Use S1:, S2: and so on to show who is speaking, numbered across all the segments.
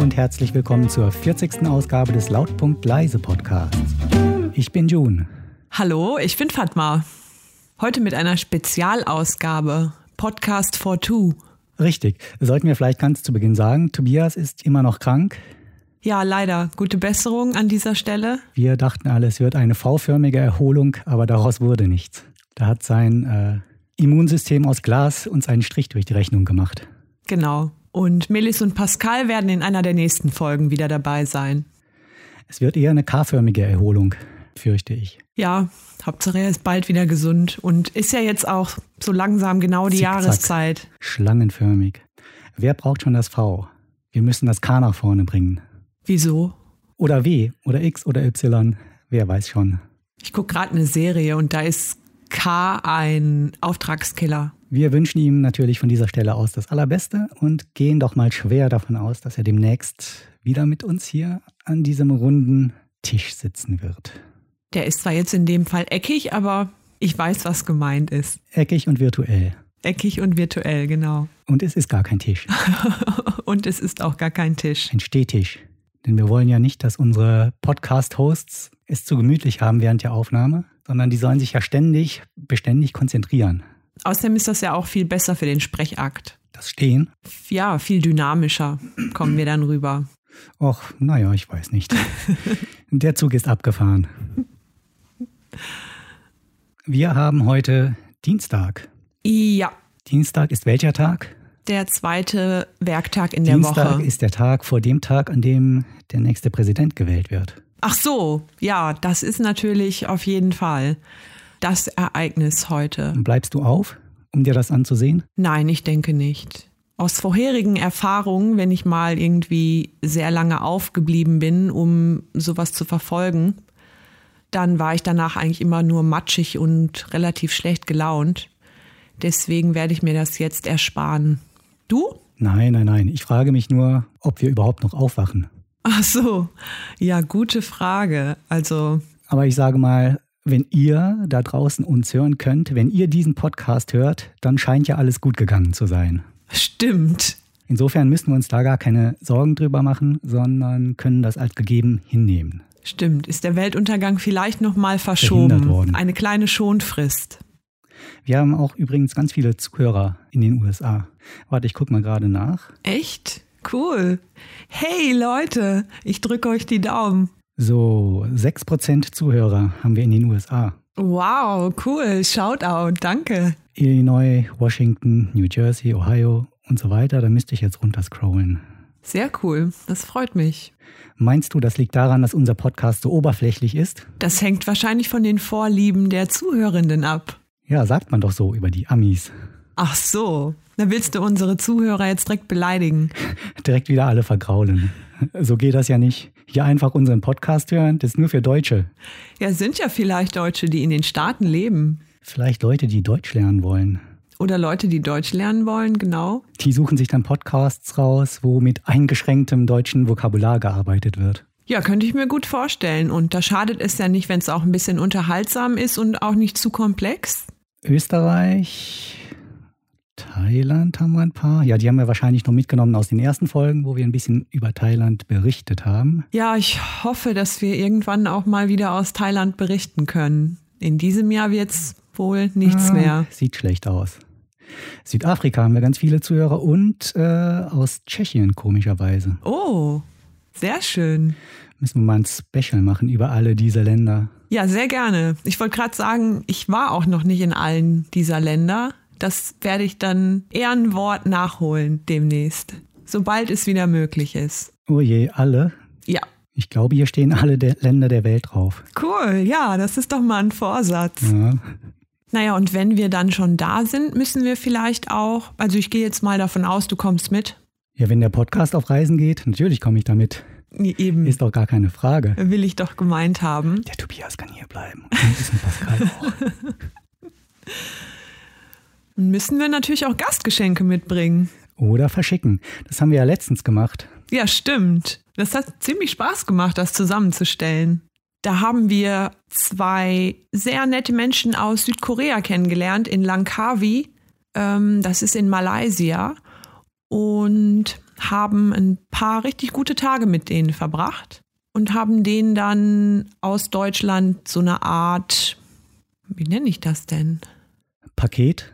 S1: und herzlich willkommen zur 40. Ausgabe des Lautpunkt Leise Podcasts. Ich bin June.
S2: Hallo, ich bin Fatma. Heute mit einer Spezialausgabe Podcast for Two.
S1: Richtig. Sollten wir vielleicht ganz zu Beginn sagen, Tobias ist immer noch krank.
S2: Ja, leider. Gute Besserung an dieser Stelle.
S1: Wir dachten alle, es wird eine V-förmige Erholung, aber daraus wurde nichts. Da hat sein äh, Immunsystem aus Glas uns einen Strich durch die Rechnung gemacht.
S2: Genau. Und Melis und Pascal werden in einer der nächsten Folgen wieder dabei sein.
S1: Es wird eher eine K-förmige Erholung, fürchte ich.
S2: Ja, Hauptsache er ist bald wieder gesund und ist ja jetzt auch so langsam genau die
S1: Zickzack.
S2: Jahreszeit.
S1: Schlangenförmig. Wer braucht schon das V? Wir müssen das K nach vorne bringen.
S2: Wieso?
S1: Oder W oder X oder Y. Wer weiß schon.
S2: Ich gucke gerade eine Serie und da ist K ein Auftragskiller.
S1: Wir wünschen ihm natürlich von dieser Stelle aus das Allerbeste und gehen doch mal schwer davon aus, dass er demnächst wieder mit uns hier an diesem runden Tisch sitzen wird.
S2: Der ist zwar jetzt in dem Fall eckig, aber ich weiß, was gemeint ist.
S1: Eckig und virtuell.
S2: Eckig und virtuell, genau.
S1: Und es ist gar kein Tisch,
S2: Und es ist auch gar kein Tisch.
S1: ein Stehtisch. Denn wir wollen ja nicht, dass unsere Podcast-Hosts es zu gemütlich haben während der Aufnahme, sondern die sollen sich ja ständig, beständig konzentrieren.
S2: Außerdem ist das ja auch viel besser für den Sprechakt.
S1: Das Stehen?
S2: Ja, viel dynamischer kommen wir dann rüber.
S1: Och, naja, ich weiß nicht. Der Zug ist abgefahren. Wir haben heute Dienstag.
S2: Ja,
S1: Dienstag ist welcher Tag?
S2: der zweite Werktag in der
S1: Dienstag
S2: Woche.
S1: ist der Tag vor dem Tag, an dem der nächste Präsident gewählt wird.
S2: Ach so, ja, das ist natürlich auf jeden Fall das Ereignis heute.
S1: Und bleibst du auf, um dir das anzusehen?
S2: Nein, ich denke nicht. Aus vorherigen Erfahrungen, wenn ich mal irgendwie sehr lange aufgeblieben bin, um sowas zu verfolgen, dann war ich danach eigentlich immer nur matschig und relativ schlecht gelaunt. Deswegen werde ich mir das jetzt ersparen. Du?
S1: Nein, nein, nein. Ich frage mich nur, ob wir überhaupt noch aufwachen.
S2: Ach so. Ja, gute Frage. Also,
S1: Aber ich sage mal, wenn ihr da draußen uns hören könnt, wenn ihr diesen Podcast hört, dann scheint ja alles gut gegangen zu sein.
S2: stimmt.
S1: Insofern müssen wir uns da gar keine Sorgen drüber machen, sondern können das als gegeben hinnehmen.
S2: Stimmt. Ist der Weltuntergang vielleicht nochmal
S1: Verhindert
S2: verschoben?
S1: worden.
S2: Eine kleine Schonfrist.
S1: Wir haben auch übrigens ganz viele Zuhörer in den USA. Warte, ich guck mal gerade nach.
S2: Echt? Cool. Hey Leute, ich drücke euch die Daumen.
S1: So, 6% Zuhörer haben wir in den USA.
S2: Wow, cool. Shoutout, danke.
S1: Illinois, Washington, New Jersey, Ohio und so weiter. Da müsste ich jetzt runterscrollen.
S2: Sehr cool, das freut mich.
S1: Meinst du, das liegt daran, dass unser Podcast so oberflächlich ist?
S2: Das hängt wahrscheinlich von den Vorlieben der Zuhörenden ab.
S1: Ja, sagt man doch so über die Amis.
S2: Ach so, da willst du unsere Zuhörer jetzt direkt beleidigen.
S1: Direkt wieder alle vergraulen. So geht das ja nicht. Hier einfach unseren Podcast hören, das ist nur für Deutsche.
S2: Ja, sind ja vielleicht Deutsche, die in den Staaten leben.
S1: Vielleicht Leute, die Deutsch lernen wollen.
S2: Oder Leute, die Deutsch lernen wollen, genau.
S1: Die suchen sich dann Podcasts raus, wo mit eingeschränktem deutschen Vokabular gearbeitet wird.
S2: Ja, könnte ich mir gut vorstellen. Und da schadet es ja nicht, wenn es auch ein bisschen unterhaltsam ist und auch nicht zu komplex.
S1: Österreich, Thailand haben wir ein paar. Ja, die haben wir wahrscheinlich noch mitgenommen aus den ersten Folgen, wo wir ein bisschen über Thailand berichtet haben.
S2: Ja, ich hoffe, dass wir irgendwann auch mal wieder aus Thailand berichten können. In diesem Jahr wird's wohl nichts
S1: Ah,
S2: mehr.
S1: Sieht schlecht aus. Südafrika haben wir ganz viele Zuhörer und äh, aus Tschechien komischerweise.
S2: Oh, sehr schön.
S1: Müssen wir mal ein Special machen über alle diese Länder.
S2: Ja, sehr gerne. Ich wollte gerade sagen, ich war auch noch nicht in allen dieser Länder. Das werde ich dann Ehrenwort nachholen demnächst, sobald es wieder möglich ist.
S1: Oh je, alle.
S2: Ja,
S1: Ich glaube, hier stehen alle der Länder der Welt drauf.
S2: cool. Ja, das ist doch mal ein Vorsatz.
S1: Ja.
S2: Naja, und wenn wir dann schon da sind, müssen wir vielleicht auch, also ich gehe jetzt mal davon aus, du kommst mit.
S1: Ja, wenn der Podcast auf Reisen geht, natürlich komme ich damit.
S2: Nee, Eben.
S1: Ist doch gar keine Frage.
S2: will ich doch gemeint haben.
S1: Der Tobias kann hier bleiben. Und ein bisschen Pascal auch.
S2: Müssen wir natürlich auch Gastgeschenke mitbringen.
S1: Oder verschicken. Das haben wir ja letztens gemacht.
S2: Ja, stimmt. Das hat ziemlich Spaß gemacht, das zusammenzustellen. Da haben wir zwei sehr nette Menschen aus Südkorea kennengelernt, in Langkawi. Ähm, das ist in Malaysia. Und haben ein paar richtig gute Tage mit denen verbracht und haben denen dann aus Deutschland so eine Art, wie nenne ich das denn?
S1: Paket?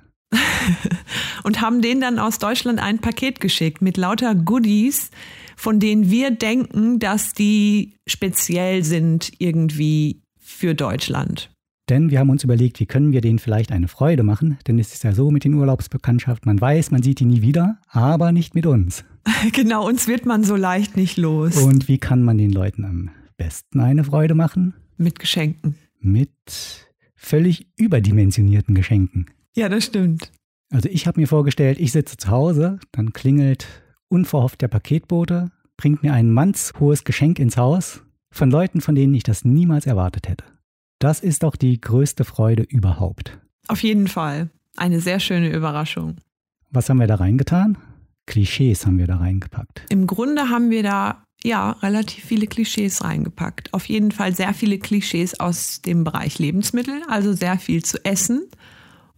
S2: und haben denen dann aus Deutschland ein Paket geschickt mit lauter Goodies, von denen wir denken, dass die speziell sind irgendwie für Deutschland.
S1: Denn wir haben uns überlegt, wie können wir denen vielleicht eine Freude machen? Denn es ist ja so mit den Urlaubsbekanntschaften, man weiß, man sieht die nie wieder, aber nicht mit uns.
S2: genau, uns wird man so leicht nicht los.
S1: Und wie kann man den Leuten am besten eine Freude machen?
S2: Mit Geschenken.
S1: Mit völlig überdimensionierten Geschenken.
S2: Ja, das stimmt.
S1: Also ich habe mir vorgestellt, ich sitze zu Hause, dann klingelt unverhofft der Paketbote, bringt mir ein mannshohes Geschenk ins Haus von Leuten, von denen ich das niemals erwartet hätte. Das ist doch die größte Freude überhaupt.
S2: Auf jeden Fall. Eine sehr schöne Überraschung.
S1: Was haben wir da reingetan? Klischees haben wir da reingepackt.
S2: Im Grunde haben wir da ja relativ viele Klischees reingepackt. Auf jeden Fall sehr viele Klischees aus dem Bereich Lebensmittel, also sehr viel zu essen.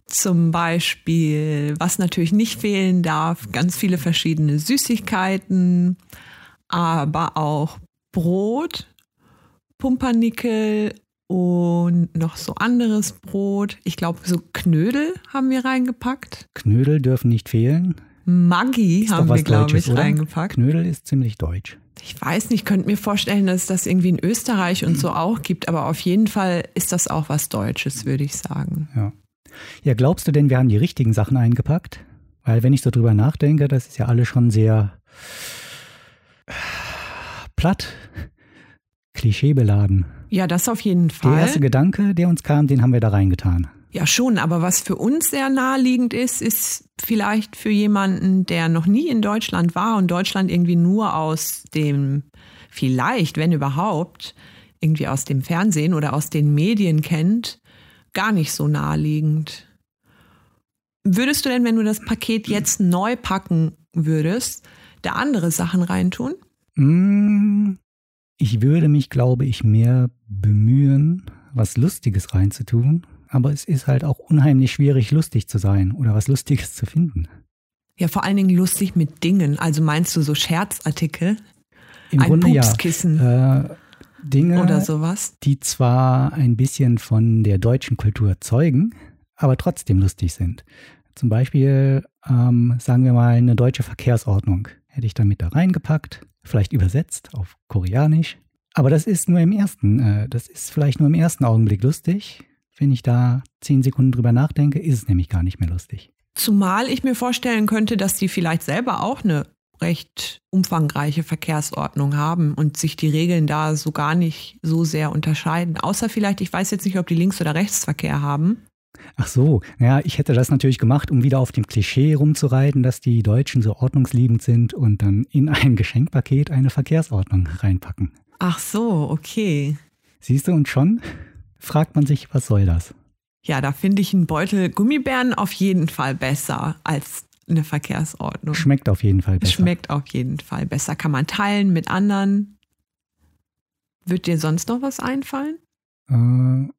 S2: Zum Beispiel, was natürlich nicht fehlen darf, ganz viele verschiedene Süßigkeiten, aber auch Brot, Pumpernickel und noch so anderes Brot. Ich glaube, so Knödel haben wir reingepackt.
S1: Knödel dürfen nicht fehlen.
S2: Maggi
S1: Ist doch
S2: haben
S1: was
S2: wir, glaube
S1: Deutsches,
S2: ich,
S1: oder?
S2: reingepackt.
S1: Knödel ist ziemlich deutsch.
S2: Ich weiß nicht, könnte mir vorstellen, dass es das irgendwie in Österreich und so auch gibt, aber auf jeden Fall ist das auch was Deutsches, würde ich sagen.
S1: Ja, glaubst du denn, wir haben die richtigen Sachen eingepackt? Weil wenn ich so drüber nachdenke, das ist ja alles schon sehr äh, platt, klischeebeladen.
S2: Ja, das auf jeden
S1: Der
S2: Fall.
S1: erste Gedanke, der uns kam, den haben wir da reingetan.
S2: Ja, schon, aber was für uns sehr naheliegend ist, ist vielleicht für jemanden, der noch nie in Deutschland war und Deutschland irgendwie nur aus dem, vielleicht, wenn überhaupt, irgendwie aus dem Fernsehen oder aus den Medien kennt, gar nicht so naheliegend. Würdest du denn, wenn du das Paket jetzt neu packen würdest, da andere Sachen reintun?
S1: Mm, Ich würde mich, glaube ich, mehr bemühen, was Lustiges reinzutun. Aber es ist halt auch unheimlich schwierig, lustig zu sein oder was Lustiges zu finden.
S2: Ja, vor allen Dingen lustig mit Dingen. Also meinst du so Scherzartikel?
S1: Im
S2: Ein
S1: Grunde
S2: Pupskissen
S1: ja. Äh, Dinge,
S2: oder sowas?
S1: die zwar ein bisschen von der deutschen Kultur zeugen, aber trotzdem lustig sind. Zum Beispiel, ähm, sagen wir mal, eine deutsche Verkehrsordnung hätte ich damit da reingepackt, vielleicht übersetzt auf Koreanisch. Aber das ist nur im ersten, äh, das ist vielleicht nur im ersten Augenblick lustig. Wenn ich da zehn Sekunden drüber nachdenke, ist es nämlich gar nicht mehr lustig.
S2: Zumal ich mir vorstellen könnte, dass die vielleicht selber auch eine recht umfangreiche Verkehrsordnung haben und sich die Regeln da so gar nicht so sehr unterscheiden. Außer vielleicht, ich weiß jetzt nicht, ob die Links- oder Rechtsverkehr haben.
S1: Ach so, naja, ich hätte das natürlich gemacht, um wieder auf dem Klischee rumzureiten, dass die Deutschen so ordnungsliebend sind und dann in ein Geschenkpaket eine Verkehrsordnung reinpacken.
S2: Ach so, okay.
S1: Siehst du, und schon fragt man sich, was soll das?
S2: Ja, da finde ich einen Beutel Gummibären auf jeden Fall besser als eine Verkehrsordnung.
S1: Schmeckt auf jeden Fall besser.
S2: Schmeckt auf jeden Fall besser. Kann man teilen mit anderen. Wird dir sonst noch was einfallen?
S1: Äh,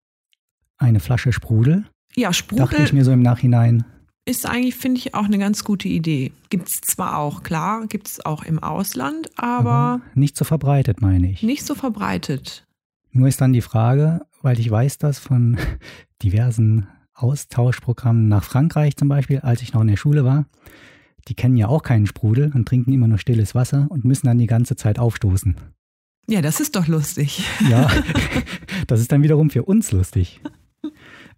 S1: eine Flasche Sprudel,
S2: Ja,
S1: dachte
S2: Sprudel
S1: ich mir so im Nachhinein.
S2: ist eigentlich, finde ich, auch eine ganz gute Idee. Gibt es zwar auch, klar, gibt es auch im Ausland, aber
S1: nicht so verbreitet, meine ich.
S2: nicht so verbreitet.
S1: Nur ist dann die Frage, weil ich weiß das von diversen Austauschprogrammen nach Frankreich zum Beispiel, als ich noch in der Schule war. Die kennen ja auch keinen Sprudel und trinken immer nur stilles Wasser und müssen dann die ganze Zeit aufstoßen.
S2: Ja, das ist doch lustig.
S1: Ja, das ist dann wiederum für uns lustig.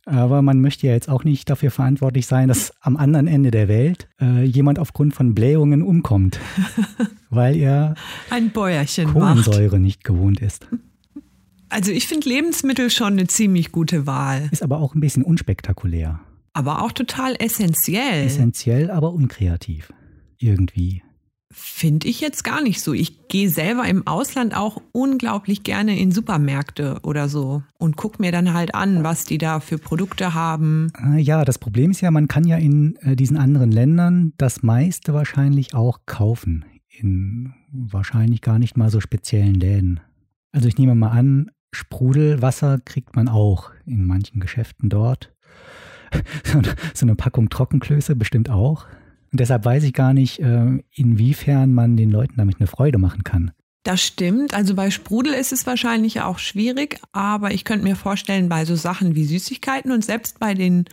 S1: Aber man möchte ja jetzt auch nicht dafür verantwortlich sein, dass am anderen Ende der Welt äh, jemand aufgrund von Blähungen umkommt, weil er
S2: Ein Bäuerchen macht.
S1: Kohlensäure nicht gewohnt ist.
S2: Also ich finde Lebensmittel schon eine ziemlich gute Wahl,
S1: Ist aber auch ein bisschen unspektakulär.
S2: aber auch total essentiell.
S1: Essentiell, aber unkreativ. Irgendwie.
S2: Finde ich jetzt gar nicht so. Ich gehe selber im Ausland auch unglaublich gerne in Supermärkte oder so und gucke mir dann halt an, was die da für Produkte haben.
S1: Ah, Ja, das Problem ist ja, man kann ja in äh, diesen anderen Ländern das meiste wahrscheinlich auch kaufen. In wahrscheinlich gar nicht mal so speziellen Läden. Also ich nehme mal an, Sprudelwasser kriegt man auch in manchen Geschäften dort. So eine- so eine Packung Trockenklöße bestimmt auch. Und deshalb weiß ich gar nicht, äh, inwiefern man den Leuten damit eine Freude machen kann.
S2: Das stimmt. Also bei Sprudel ist es wahrscheinlich auch schwierig, aber ich könnte mir vorstellen, bei so Sachen wie Süßigkeiten und selbst bei den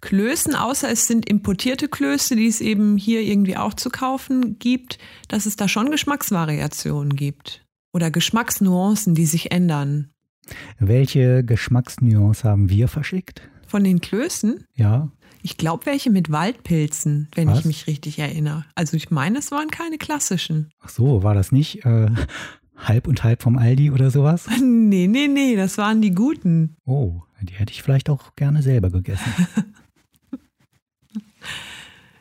S2: Klößen, außer es sind importierte Klöße, die es eben hier irgendwie auch zu kaufen gibt, dass es da schon Geschmacksvariationen gibt oder Geschmacksnuancen, die sich ändern.
S1: Welche Geschmacksnuance haben wir verschickt?
S2: Von den Klößen?
S1: Ja.
S2: Ich glaube, welche mit Waldpilzen, wenn
S1: Was?
S2: ich mich richtig erinnere. Also ich meine, es waren keine klassischen.
S1: Ach so, war das nicht äh, halb und halb vom Aldi oder sowas?
S2: Nee, nee, nee, das waren die guten.
S1: Oh, die hätte ich vielleicht auch gerne selber gegessen.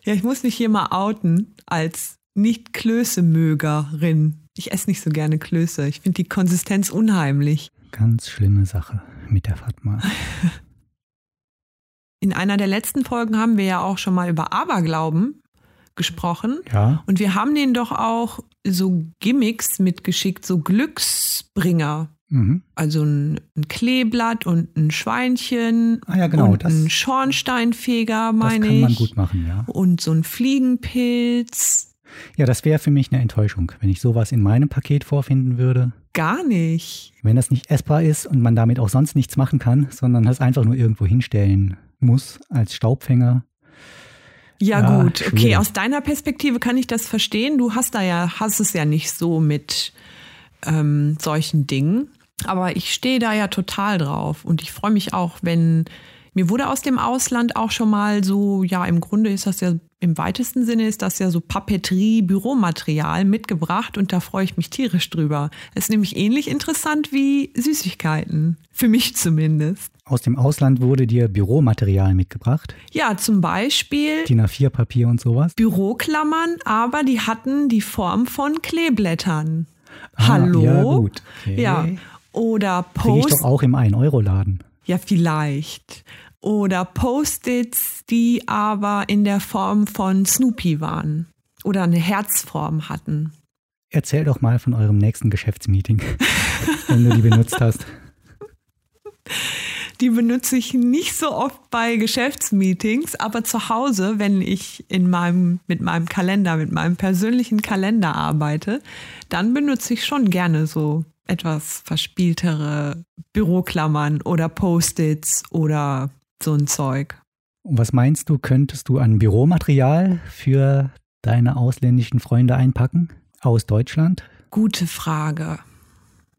S2: Ja, ich muss mich hier mal outen als Nicht-Klöße-Mögerin. Ich esse nicht so gerne Klöße. Ich finde die Konsistenz unheimlich.
S1: Ganz schlimme Sache mit der Fatma.
S2: In einer der letzten Folgen haben wir ja auch schon mal über Aberglauben gesprochen.
S1: Ja,
S2: Und wir haben denen doch auch so Gimmicks mitgeschickt, so Glücksbringer.
S1: mhm.
S2: Also ein, ein Kleeblatt und ein Schweinchen
S1: Ah ja, genau,
S2: und
S1: das-
S2: ein Schornsteinfeger,
S1: das
S2: meine
S1: kann man
S2: ich.
S1: gut machen, ja.
S2: Und so ein Fliegenpilz.
S1: Ja, das wäre für mich eine Enttäuschung, wenn ich sowas in meinem Paket vorfinden würde.
S2: Gar nicht.
S1: Wenn das nicht essbar ist und man damit auch sonst nichts machen kann, sondern das einfach nur irgendwo hinstellen muss als Staubfänger.
S2: Ja,
S1: Ja,
S2: gut. Okay,
S1: schwierig.
S2: aus deiner Perspektive kann ich das verstehen. Du hast da ja, hast es ja nicht so mit ähm, solchen Dingen. Aber ich stehe da ja total drauf und ich freue mich auch, wenn mir wurde aus dem Ausland auch schon mal so, ja, im Grunde ist das ja im weitesten Sinne ist das ja so Papeterie, Büromaterial mitgebracht und da freue ich mich tierisch drüber. Ist nämlich ähnlich interessant wie Süßigkeiten. Für mich zumindest.
S1: Aus dem Ausland wurde dir Büromaterial mitgebracht,
S2: Ja, zum Beispiel
S1: DIN A4-Papier und sowas.
S2: Büroklammern, aber die hatten die Form von Kleeblättern.
S1: Ah,
S2: Hallo?
S1: ja, gut. Okay.
S2: Ja. Oder
S1: Kriege ich
S2: Post.
S1: doch auch im 1-Euro-Laden.
S2: Ja, vielleicht. Oder Post-its, die aber in der Form von Snoopy waren. Oder eine Herzform hatten.
S1: Erzähl doch mal von eurem nächsten Geschäftsmeeting, wenn du die benutzt hast.
S2: Die benutze ich nicht so oft bei Geschäftsmeetings, aber zu Hause, wenn ich in meinem, mit meinem Kalender, mit meinem persönlichen Kalender arbeite, dann benutze ich schon gerne so etwas verspieltere Büroklammern oder Post-its oder so ein Zeug.
S1: Und was meinst du, könntest du an Büromaterial für deine ausländischen Freunde einpacken? Aus Deutschland?
S2: Gute Frage.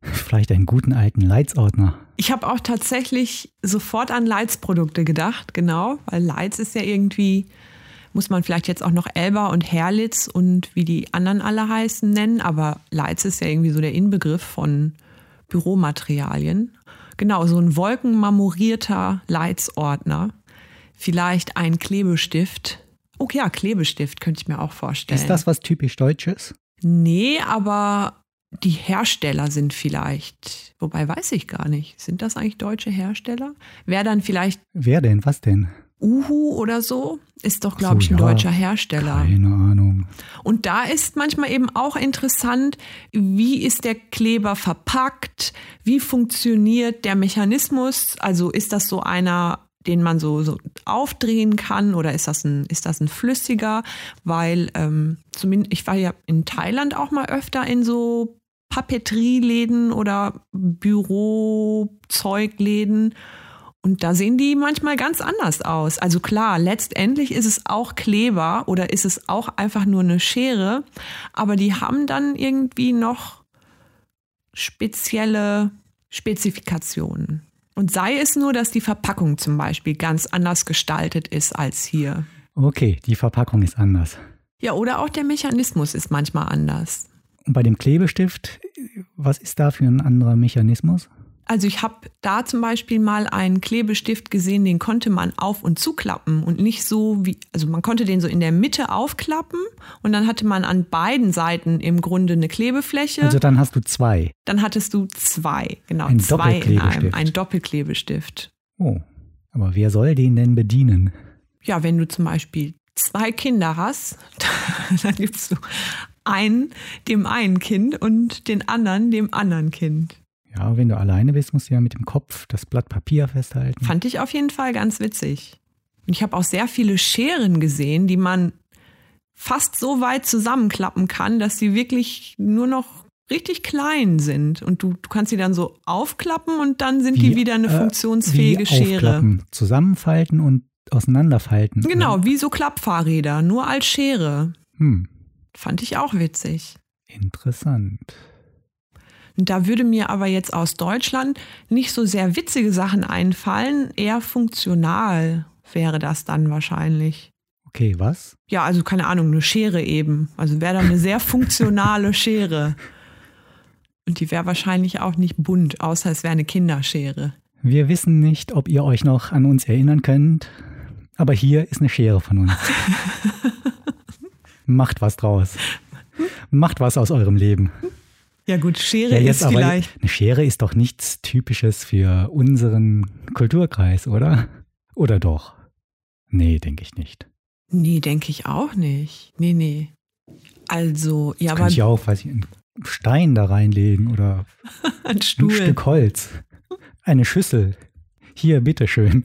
S1: Vielleicht einen guten alten Leitsordner.
S2: Ich habe auch tatsächlich sofort an Leitz-Produkte gedacht, genau, weil Leitz ist ja irgendwie, muss man vielleicht jetzt auch noch Elba und Herlitz und wie die anderen alle heißen nennen, aber Leitz ist ja irgendwie so der Inbegriff von Büromaterialien. Genau, so ein wolkenmarmorierter Leitz-Ordner, vielleicht ein Klebestift. Oh ja, Klebestift könnte ich mir auch vorstellen.
S1: Ist das was typisch Deutsches?
S2: Nee, aber die Hersteller sind vielleicht, wobei weiß ich gar nicht, sind das eigentlich deutsche Hersteller? Wäre dann vielleicht
S1: Wer denn? Was denn?
S2: Uhu oder so? Ist doch,
S1: so,
S2: glaube ich, ein
S1: ja.
S2: deutscher Hersteller.
S1: Keine Ahnung.
S2: Und da ist manchmal eben auch interessant, wie ist der Kleber verpackt? Wie funktioniert der Mechanismus? Also ist das so einer, den man so, so aufdrehen kann oder ist das ein, ist das ein flüssiger? Weil ähm, zumindest, ich war ja in Thailand auch mal öfter in so Papeterieläden oder Bürozeugläden. Und da sehen die manchmal ganz anders aus. Also klar, letztendlich ist es auch Kleber oder ist es auch einfach nur eine Schere, aber die haben dann irgendwie noch spezielle Spezifikationen. Und sei es nur, dass die Verpackung zum Beispiel ganz anders gestaltet ist als hier.
S1: Okay, die Verpackung ist anders.
S2: Ja, oder auch der Mechanismus ist manchmal anders.
S1: Und bei dem Klebestift, was ist da für ein anderer Mechanismus?
S2: Also ich habe da zum Beispiel mal einen Klebestift gesehen, den konnte man auf und zuklappen und nicht so wie, also man konnte den so in der Mitte aufklappen und dann hatte man an beiden Seiten im Grunde eine Klebefläche.
S1: Also dann hast du zwei.
S2: dann hattest du zwei, genau,
S1: Ein
S2: zwei in einem,
S1: Doppelklebestift.
S2: ein Doppelklebestift.
S1: Oh, aber wer soll den denn bedienen?
S2: Ja, wenn du zum Beispiel zwei Kinder hast, dann gibst du einen dem einen Kind und den anderen dem anderen Kind.
S1: Ja, wenn du alleine bist, musst du ja mit dem Kopf das Blatt Papier festhalten.
S2: Fand ich auf jeden Fall ganz witzig. Und ich habe auch sehr viele Scheren gesehen, die man fast so weit zusammenklappen kann, dass sie wirklich nur noch richtig klein sind. Und du, du kannst sie dann so aufklappen und dann sind
S1: Wie,
S2: die wieder eine
S1: äh,
S2: funktionsfähige Schere.
S1: aufklappen, ne? zusammenfalten und auseinanderfalten.
S2: Genau, wie so Klappfahrräder, nur als Schere.
S1: Hm,
S2: Fand ich auch witzig.
S1: interessant.
S2: Und Da würde mir aber jetzt aus Deutschland nicht so sehr witzige Sachen einfallen, eher funktional wäre das dann wahrscheinlich.
S1: Okay, was?
S2: Ja, also keine Ahnung, eine Schere eben. Also wäre da eine sehr funktionale Schere. Und die wäre wahrscheinlich auch nicht bunt, außer es wäre eine Kinderschere.
S1: Wir wissen nicht, ob ihr euch noch an uns erinnern könnt, aber hier ist eine Schere von uns. Macht was draus. Macht was aus eurem Leben.
S2: Ja gut, Schere ist
S1: aber
S2: vielleicht.
S1: eine Schere ist doch nichts Typisches für unseren Kulturkreis, oder? Oder doch? Nee, denke ich nicht.
S2: Nee, denke ich auch nicht. Nee, nee. Also, ja, aber
S1: Kann ich auch, weiß ich, einen Stein da reinlegen oder
S2: ein
S1: ein
S2: Stuhl.
S1: Stück Holz. Eine Schüssel. Hier, bitteschön.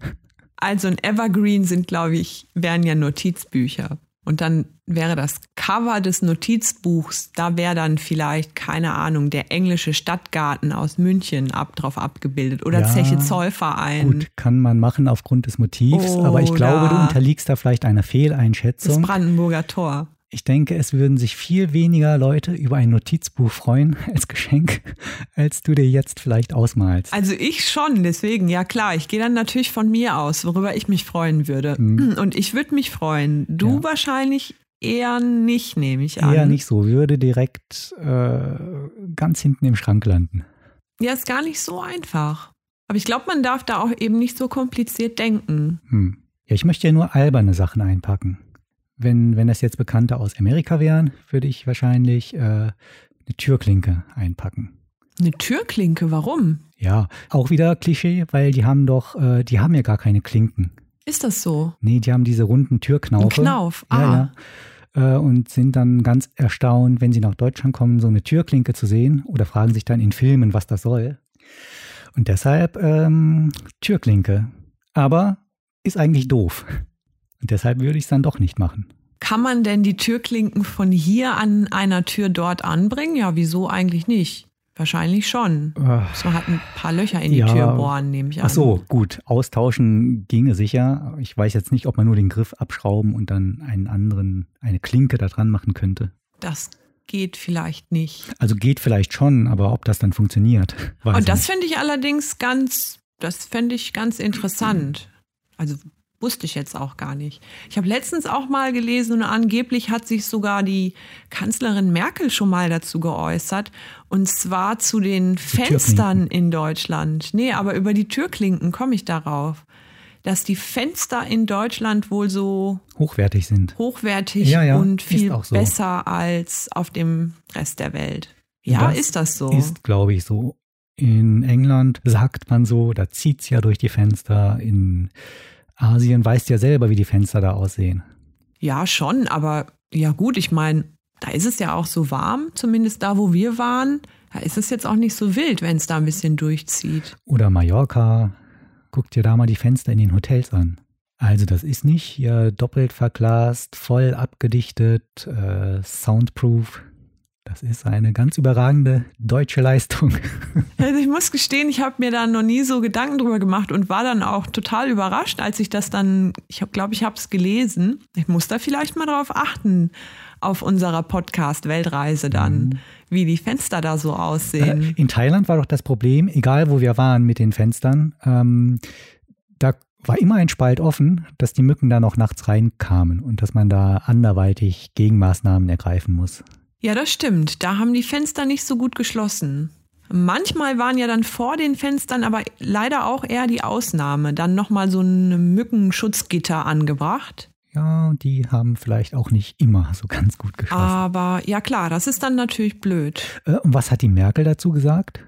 S2: Also ein Evergreen sind, glaube ich, wären ja Notizbücher. Und dann wäre das Cover des Notizbuchs, da wäre dann vielleicht, keine Ahnung, der englische Stadtgarten aus München ab, drauf abgebildet oder
S1: Ja,
S2: Zeche Zollverein.
S1: Gut, kann man machen aufgrund des Motivs, aber ich glaube, du
S2: Oder-
S1: unterliegst da vielleicht einer
S2: Das
S1: Fehleinschätzung.
S2: Brandenburger Tor.
S1: Ich denke, es würden sich viel weniger Leute über ein Notizbuch freuen als Geschenk, als du dir jetzt vielleicht ausmalst.
S2: Also ich schon, deswegen, ja klar, ich gehe dann natürlich von mir aus, worüber ich mich freuen würde. Und ich würde mich freuen. Du
S1: Mhm. Ja.
S2: wahrscheinlich eher nicht, nehme ich an.
S1: Eher nicht so, würde direkt äh, ganz hinten im Schrank landen.
S2: Ja, ist gar nicht so einfach. Aber ich glaube, man darf da auch eben nicht so kompliziert denken.
S1: Hm. Ja, ich möchte ja nur alberne Sachen einpacken. Wenn, wenn das jetzt Bekannte aus Amerika wären, würde ich wahrscheinlich äh, eine Türklinke einpacken.
S2: Eine Türklinke, warum?
S1: Ja, auch wieder Klischee, weil die haben doch, äh, die haben ja gar keine Klinken.
S2: Ist das so?
S1: Nee, die haben diese runden Türknaufe.
S2: Ein Knauf. Ah,
S1: Ja, ja. Äh, Und sind dann ganz erstaunt, wenn sie nach Deutschland kommen, so eine Türklinke zu sehen oder fragen sich dann in Filmen, was das soll. Und deshalb ähm, Türklinke. Aber ist eigentlich doof. Und deshalb würde ich es dann doch nicht machen.
S2: kann man denn die Türklinken von hier an einer Tür dort anbringen? Ja, wieso eigentlich nicht? Wahrscheinlich schon.
S1: Äh,
S2: So hat ein paar Löcher in die
S1: Ja.
S2: Tür bohren, nehme ich an.
S1: Ach so, gut. Austauschen ginge sicher. Ich weiß jetzt nicht, ob man nur den Griff abschrauben und dann einen anderen, eine Klinke da dran machen könnte.
S2: Das geht vielleicht nicht.
S1: Also geht vielleicht schon, aber ob das dann funktioniert. weiß ich
S2: Und das
S1: Also nicht.
S2: fände ich allerdings ganz, das fände ich ganz interessant. Also wusste ich jetzt auch gar nicht. Ich habe letztens auch mal gelesen und angeblich hat sich sogar die Kanzlerin Merkel schon mal dazu geäußert und zwar zu den Fenstern in Deutschland. Nee, aber über die Türklinken komme ich darauf, dass die Fenster in Deutschland wohl so
S1: hochwertig sind.
S2: hochwertig
S1: Ja, ja,
S2: und
S1: ist
S2: viel
S1: auch so.
S2: besser als auf dem Rest der Welt. Ja,
S1: Das
S2: ist das so?
S1: Ist, glaube ich, so. In England sagt man so, da zieht es ja durch die Fenster. In Asien weißt ja selber, wie die Fenster da aussehen.
S2: Ja, schon, aber ja gut, ich meine, da ist es ja auch so warm, zumindest da, wo wir waren. Da ist es jetzt auch nicht so wild, wenn es da ein bisschen durchzieht.
S1: Oder Mallorca, guck dir da mal die Fenster in den Hotels an. Also das ist nicht hier doppelt verglast, voll abgedichtet, äh, soundproof. Das ist eine ganz überragende deutsche Leistung.
S2: Also ich muss gestehen, ich habe mir da noch nie so Gedanken drüber gemacht und war dann auch total überrascht, als ich das dann, ich habe, glaube ich, habe es gelesen. Ich muss da vielleicht mal drauf achten, auf unserer Podcast-Weltreise dann, wie die Fenster da so aussehen.
S1: Äh, In Thailand war doch das Problem, egal wo wir waren mit den Fenstern, ähm, da war immer ein Spalt offen, dass die Mücken da noch nachts reinkamen und dass man da anderweitig Gegenmaßnahmen ergreifen muss.
S2: Ja, das stimmt. Da haben die Fenster nicht so gut geschlossen. Manchmal waren ja dann vor den Fenstern aber leider auch eher die Ausnahme. Dann nochmal so ein Mückenschutzgitter angebracht.
S1: Ja, die haben vielleicht auch nicht immer so ganz gut geschlossen.
S2: Aber ja klar, das ist dann natürlich blöd.
S1: Äh, und was hat die Merkel dazu gesagt?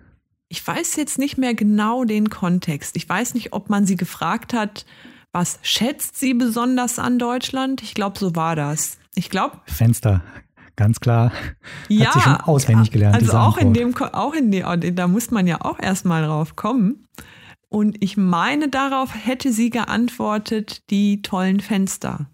S2: Ich weiß jetzt nicht mehr genau den Kontext. Ich weiß nicht, ob man sie gefragt hat, was schätzt sie besonders an Deutschland? Ich glaube, so war das. Ich glaube,
S1: Fenster, ganz klar.
S2: ja.
S1: Hat sie schon auswendig gelernt.
S2: Also
S1: diese
S2: auch in
S1: Antwort.
S2: dem, Ko- auch in dem, da muss man ja auch erstmal drauf kommen. Und ich meine, darauf hätte sie geantwortet, die tollen Fenster.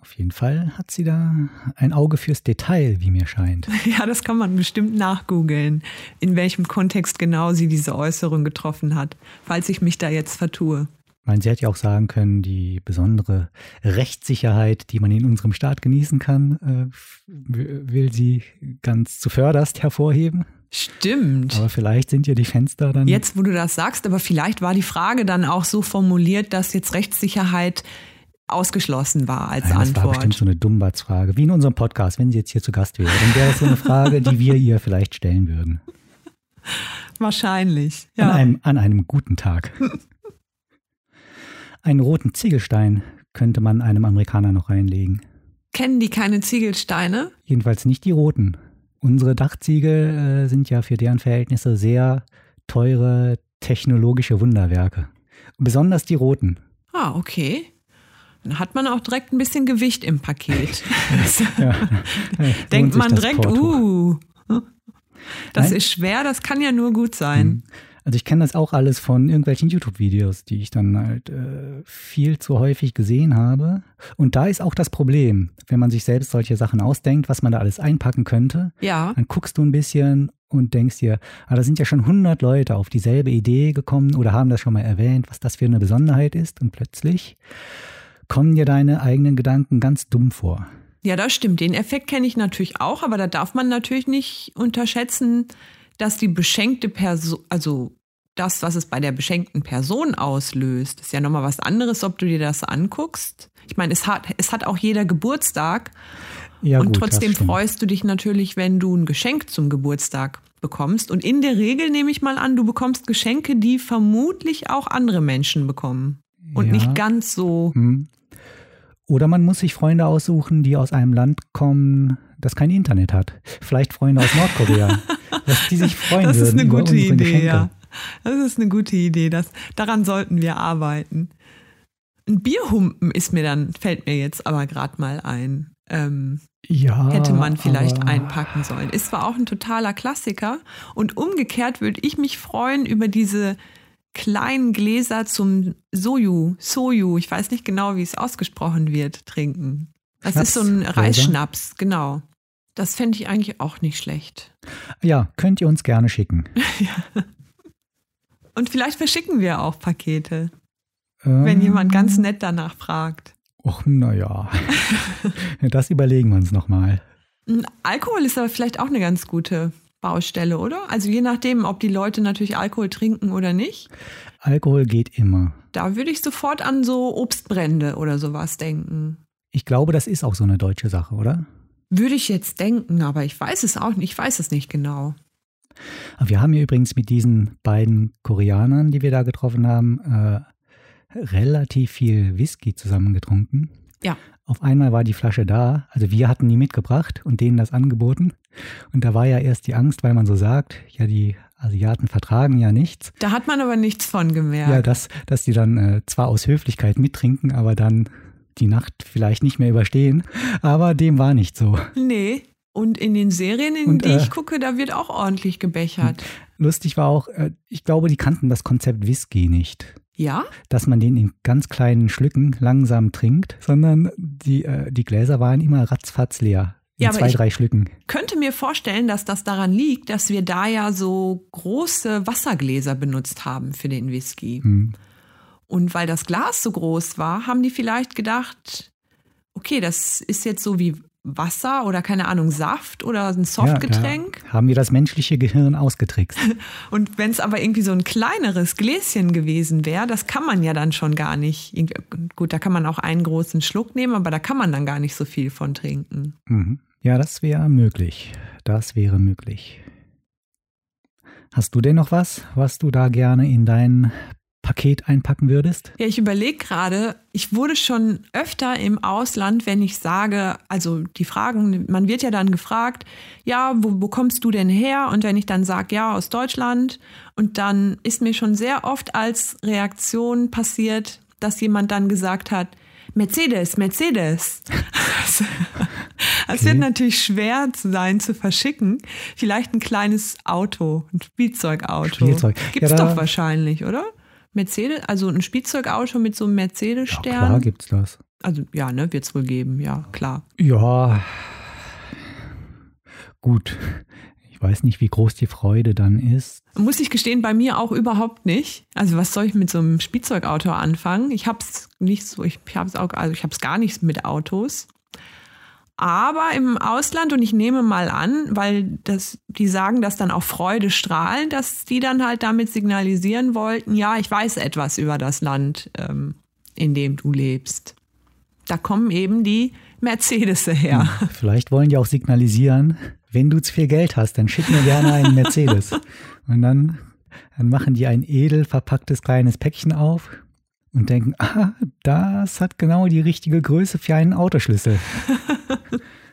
S1: Auf jeden Fall hat sie da ein Auge fürs Detail, wie mir scheint.
S2: Ja, das kann man bestimmt nachgoogeln, in welchem Kontext genau sie diese Äußerung getroffen hat, falls ich mich da jetzt vertue.
S1: Ich meine, sie hätte ja auch sagen können, die besondere Rechtssicherheit, die man in unserem Staat genießen kann, äh, will sie ganz zuvörderst hervorheben.
S2: Stimmt.
S1: Aber vielleicht sind ja die Fenster dann.
S2: Jetzt, wo du das sagst, aber vielleicht war die Frage dann auch so formuliert, dass jetzt Rechtssicherheit ausgeschlossen war als
S1: Nein, das
S2: Antwort.
S1: war bestimmt so eine Dummbatzfrage, wie in unserem Podcast, wenn sie jetzt hier zu Gast wäre. Dann wäre das so eine Frage, die wir ihr vielleicht stellen würden.
S2: Wahrscheinlich. Ja.
S1: An, einem, an einem guten Tag. Einen roten Ziegelstein könnte man einem Amerikaner noch reinlegen.
S2: Kennen die keine Ziegelsteine?
S1: Jedenfalls nicht die roten. Unsere Dachziegel äh, sind ja für deren Verhältnisse sehr teure technologische Wunderwerke. Besonders die roten.
S2: Ah, okay. Dann hat man auch direkt ein bisschen Gewicht im Paket.
S1: Ja. Lohnt
S2: Denkt
S1: sich
S2: man
S1: das
S2: direkt,
S1: Porto.
S2: uh, das
S1: Nein.
S2: ist schwer, das kann ja nur gut sein.
S1: Also ich kenne das auch alles von irgendwelchen YouTube-Videos, die ich dann halt äh, viel zu häufig gesehen habe. Und da ist auch das Problem, wenn man sich selbst solche Sachen ausdenkt, was man da alles einpacken könnte,
S2: Ja,
S1: dann guckst du ein bisschen und denkst dir, ah, da sind ja schon 100 Leute auf dieselbe Idee gekommen oder haben das schon mal erwähnt, was das für eine Besonderheit ist. Und plötzlich kommen dir deine eigenen Gedanken ganz dumm vor.
S2: ja, das stimmt. Den Effekt kenne ich natürlich auch, aber da darf man natürlich nicht unterschätzen, dass die beschenkte Person, also das, was es bei der beschenkten Person auslöst, ist ja nochmal was anderes, ob du dir das anguckst. Ich meine, es hat, es hat auch jeder Geburtstag
S1: Ja,
S2: und
S1: gut, das
S2: trotzdem
S1: stimmt.
S2: freust du dich natürlich, wenn du ein Geschenk zum Geburtstag bekommst. Und in der Regel nehme ich mal an, du bekommst Geschenke, die vermutlich auch andere Menschen bekommen. Und
S1: Ja.
S2: nicht ganz so.
S1: Hm. Oder man muss sich Freunde aussuchen, die aus einem Land kommen, das kein Internet hat. Vielleicht Freunde aus Nordkorea, dass die sich freuen
S2: Das ist
S1: würden
S2: eine
S1: über
S2: gute
S1: unsere
S2: Idee,
S1: Geschenke.
S2: ja. Das ist eine gute Idee. Das, daran sollten wir arbeiten. Ein Bierhumpen ist mir dann, fällt mir jetzt aber gerade mal ein. Ähm,
S1: Ja,
S2: hätte man vielleicht
S1: Ah, aber
S2: einpacken sollen. Ist zwar auch ein totaler Klassiker und umgekehrt würde ich mich freuen über diese kleinen Gläser zum Soju, Soju, ich weiß nicht genau, wie es ausgesprochen wird, trinken. Das ist so ein
S1: Schnapsgläser?
S2: Reisschnaps, genau. Das fände ich eigentlich auch nicht schlecht.
S1: Ja, könnt ihr uns gerne schicken.
S2: Und vielleicht verschicken wir auch Pakete,
S1: Ähm,
S2: wenn jemand ganz
S1: Mhm.
S2: nett danach fragt.
S1: Och, naja. das überlegen wir uns nochmal.
S2: Ein Alkohol ist aber vielleicht auch eine ganz gute Baustelle, oder? Also je nachdem, ob die Leute natürlich Alkohol trinken oder nicht.
S1: Alkohol geht immer.
S2: Da würde ich sofort an so Obstbrände oder sowas denken.
S1: Ich glaube, das ist auch so eine deutsche Sache, oder?
S2: Würde ich jetzt denken, aber ich weiß es auch nicht, ich weiß es nicht genau.
S1: Aber Wir haben ja übrigens mit diesen beiden Koreanern, die wir da getroffen haben, äh, relativ viel Whisky zusammengetrunken.
S2: Ja.
S1: Auf einmal war die Flasche da, also wir hatten die mitgebracht und denen das angeboten. Und da war ja erst die Angst, weil man so sagt, ja, die Asiaten vertragen ja nichts.
S2: Da hat man aber nichts von
S1: Ja,
S2: gemerkt.
S1: dass, dass die dann äh, zwar aus Höflichkeit mittrinken, aber dann die Nacht vielleicht nicht mehr überstehen. Aber dem war nicht so.
S2: nee. Und in den Serien, in
S1: Und,
S2: die
S1: äh,
S2: ich gucke, da wird auch ordentlich gebechert.
S1: Lustig war auch, äh, ich glaube, die kannten das Konzept Whisky nicht.
S2: Ja?
S1: dass man den in ganz kleinen Schlücken langsam trinkt, sondern die, äh, die Gläser waren immer ratzfatz leer. In
S2: Ja, aber
S1: zwei,
S2: ich-
S1: drei Schlücken.
S2: Könnte mir vorstellen, dass das daran liegt, dass wir da ja so große Wassergläser benutzt haben für den Whisky.
S1: Hm.
S2: Und weil das Glas so groß war, haben die vielleicht gedacht, okay, das ist jetzt so wie Wasser oder keine Ahnung, Saft oder ein Softgetränk.
S1: Ja, da haben wir das menschliche Gehirn ausgetrickst.
S2: Und wenn es aber irgendwie so ein kleineres Gläschen gewesen wäre, das kann man ja dann schon gar nicht. irgendwie- Gut, da kann man auch einen großen Schluck nehmen, aber da kann man dann gar nicht so viel von trinken.
S1: Mhm. Ja, das wäre möglich. Das wäre möglich. Hast du denn noch was, was du da gerne in dein Paket einpacken würdest?
S2: Ja, ich überlege gerade, ich wurde schon öfter im Ausland, wenn ich sage, also die Fragen, man wird ja dann gefragt, ja, wo, wo kommst du denn her? Und wenn ich dann sage, ja, aus Deutschland, und dann ist mir schon sehr oft als Reaktion passiert, dass jemand dann gesagt hat, Mercedes, Mercedes. Also, Es wird natürlich schwer zu sein zu verschicken. Vielleicht ein kleines Auto, ein Spielzeugauto.
S1: Spielzeug.
S2: Gibt's
S1: Ja, da-
S2: doch wahrscheinlich, oder? Mercedes, also ein Spielzeugauto mit so einem
S1: Ja, klar
S2: Mercedes-Stern.
S1: gibt's das.
S2: Also ja, ne, wird es wohl geben, ja, klar.
S1: Ja, gut. Ich weiß nicht, wie groß die Freude dann ist.
S2: Muss ich gestehen, bei mir auch überhaupt nicht. Also was soll ich mit so einem Spielzeugauto anfangen? Ich hab's nicht so, ich hab's auch, also ich hab's gar nichts mit Autos. Aber im Ausland, und ich nehme mal an, weil das, die sagen, dass dann auch Freude strahlen, dass die dann halt damit signalisieren wollten, ja, ich weiß etwas über das Land, ähm, in dem du lebst. Da kommen eben die Mercedes
S1: Hm.
S2: her.
S1: Vielleicht wollen die auch signalisieren, wenn du zu viel Geld hast, dann schick mir gerne einen Mercedes. und dann, dann machen die ein edel verpacktes kleines Päckchen auf und denken, ah, das hat genau die richtige Größe für einen Autoschlüssel.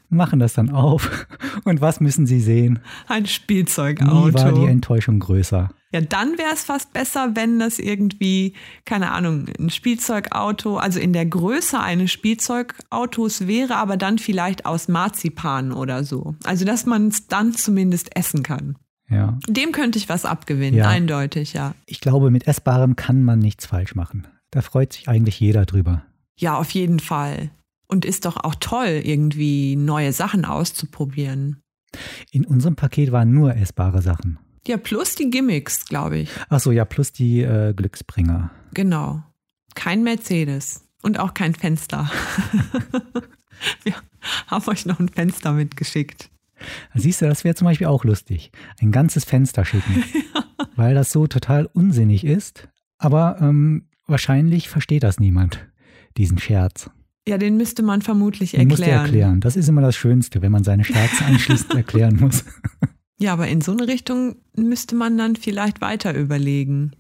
S1: machen das dann auf. Und was müssen sie sehen?
S2: Ein Spielzeugauto.
S1: Nie war die Enttäuschung größer.
S2: Ja, dann wäre es fast besser, wenn das irgendwie, keine Ahnung, ein Spielzeugauto, also in der Größe eines Spielzeugautos wäre, aber dann vielleicht aus Marzipan oder so. Also, dass man es dann zumindest essen kann.
S1: Ja.
S2: Dem könnte ich was abgewinnen,
S1: Ja.
S2: eindeutig, ja.
S1: Ich glaube, mit Essbarem kann man nichts falsch machen. Da freut sich eigentlich jeder drüber.
S2: Ja, auf jeden Fall. Und ist doch auch toll, irgendwie neue Sachen auszuprobieren.
S1: In unserem Paket waren nur essbare Sachen.
S2: Ja, plus die Gimmicks, glaube ich.
S1: Achso, ja, plus die äh, Glücksbringer.
S2: Genau. Kein Mercedes und auch kein Fenster. Wir haben euch noch ein Fenster mitgeschickt.
S1: Siehst du, das wäre zum Beispiel auch lustig. Ein ganzes Fenster schicken. Weil das so total unsinnig ist. Aber ähm, wahrscheinlich versteht das niemand, diesen Scherz.
S2: Ja, den müsste man vermutlich
S1: Man
S2: erklären.
S1: muss dir erklären. Das ist immer das Schönste, wenn man seine Scherze anschließend erklären muss.
S2: Ja, aber in so eine Richtung müsste man dann vielleicht weiter überlegen.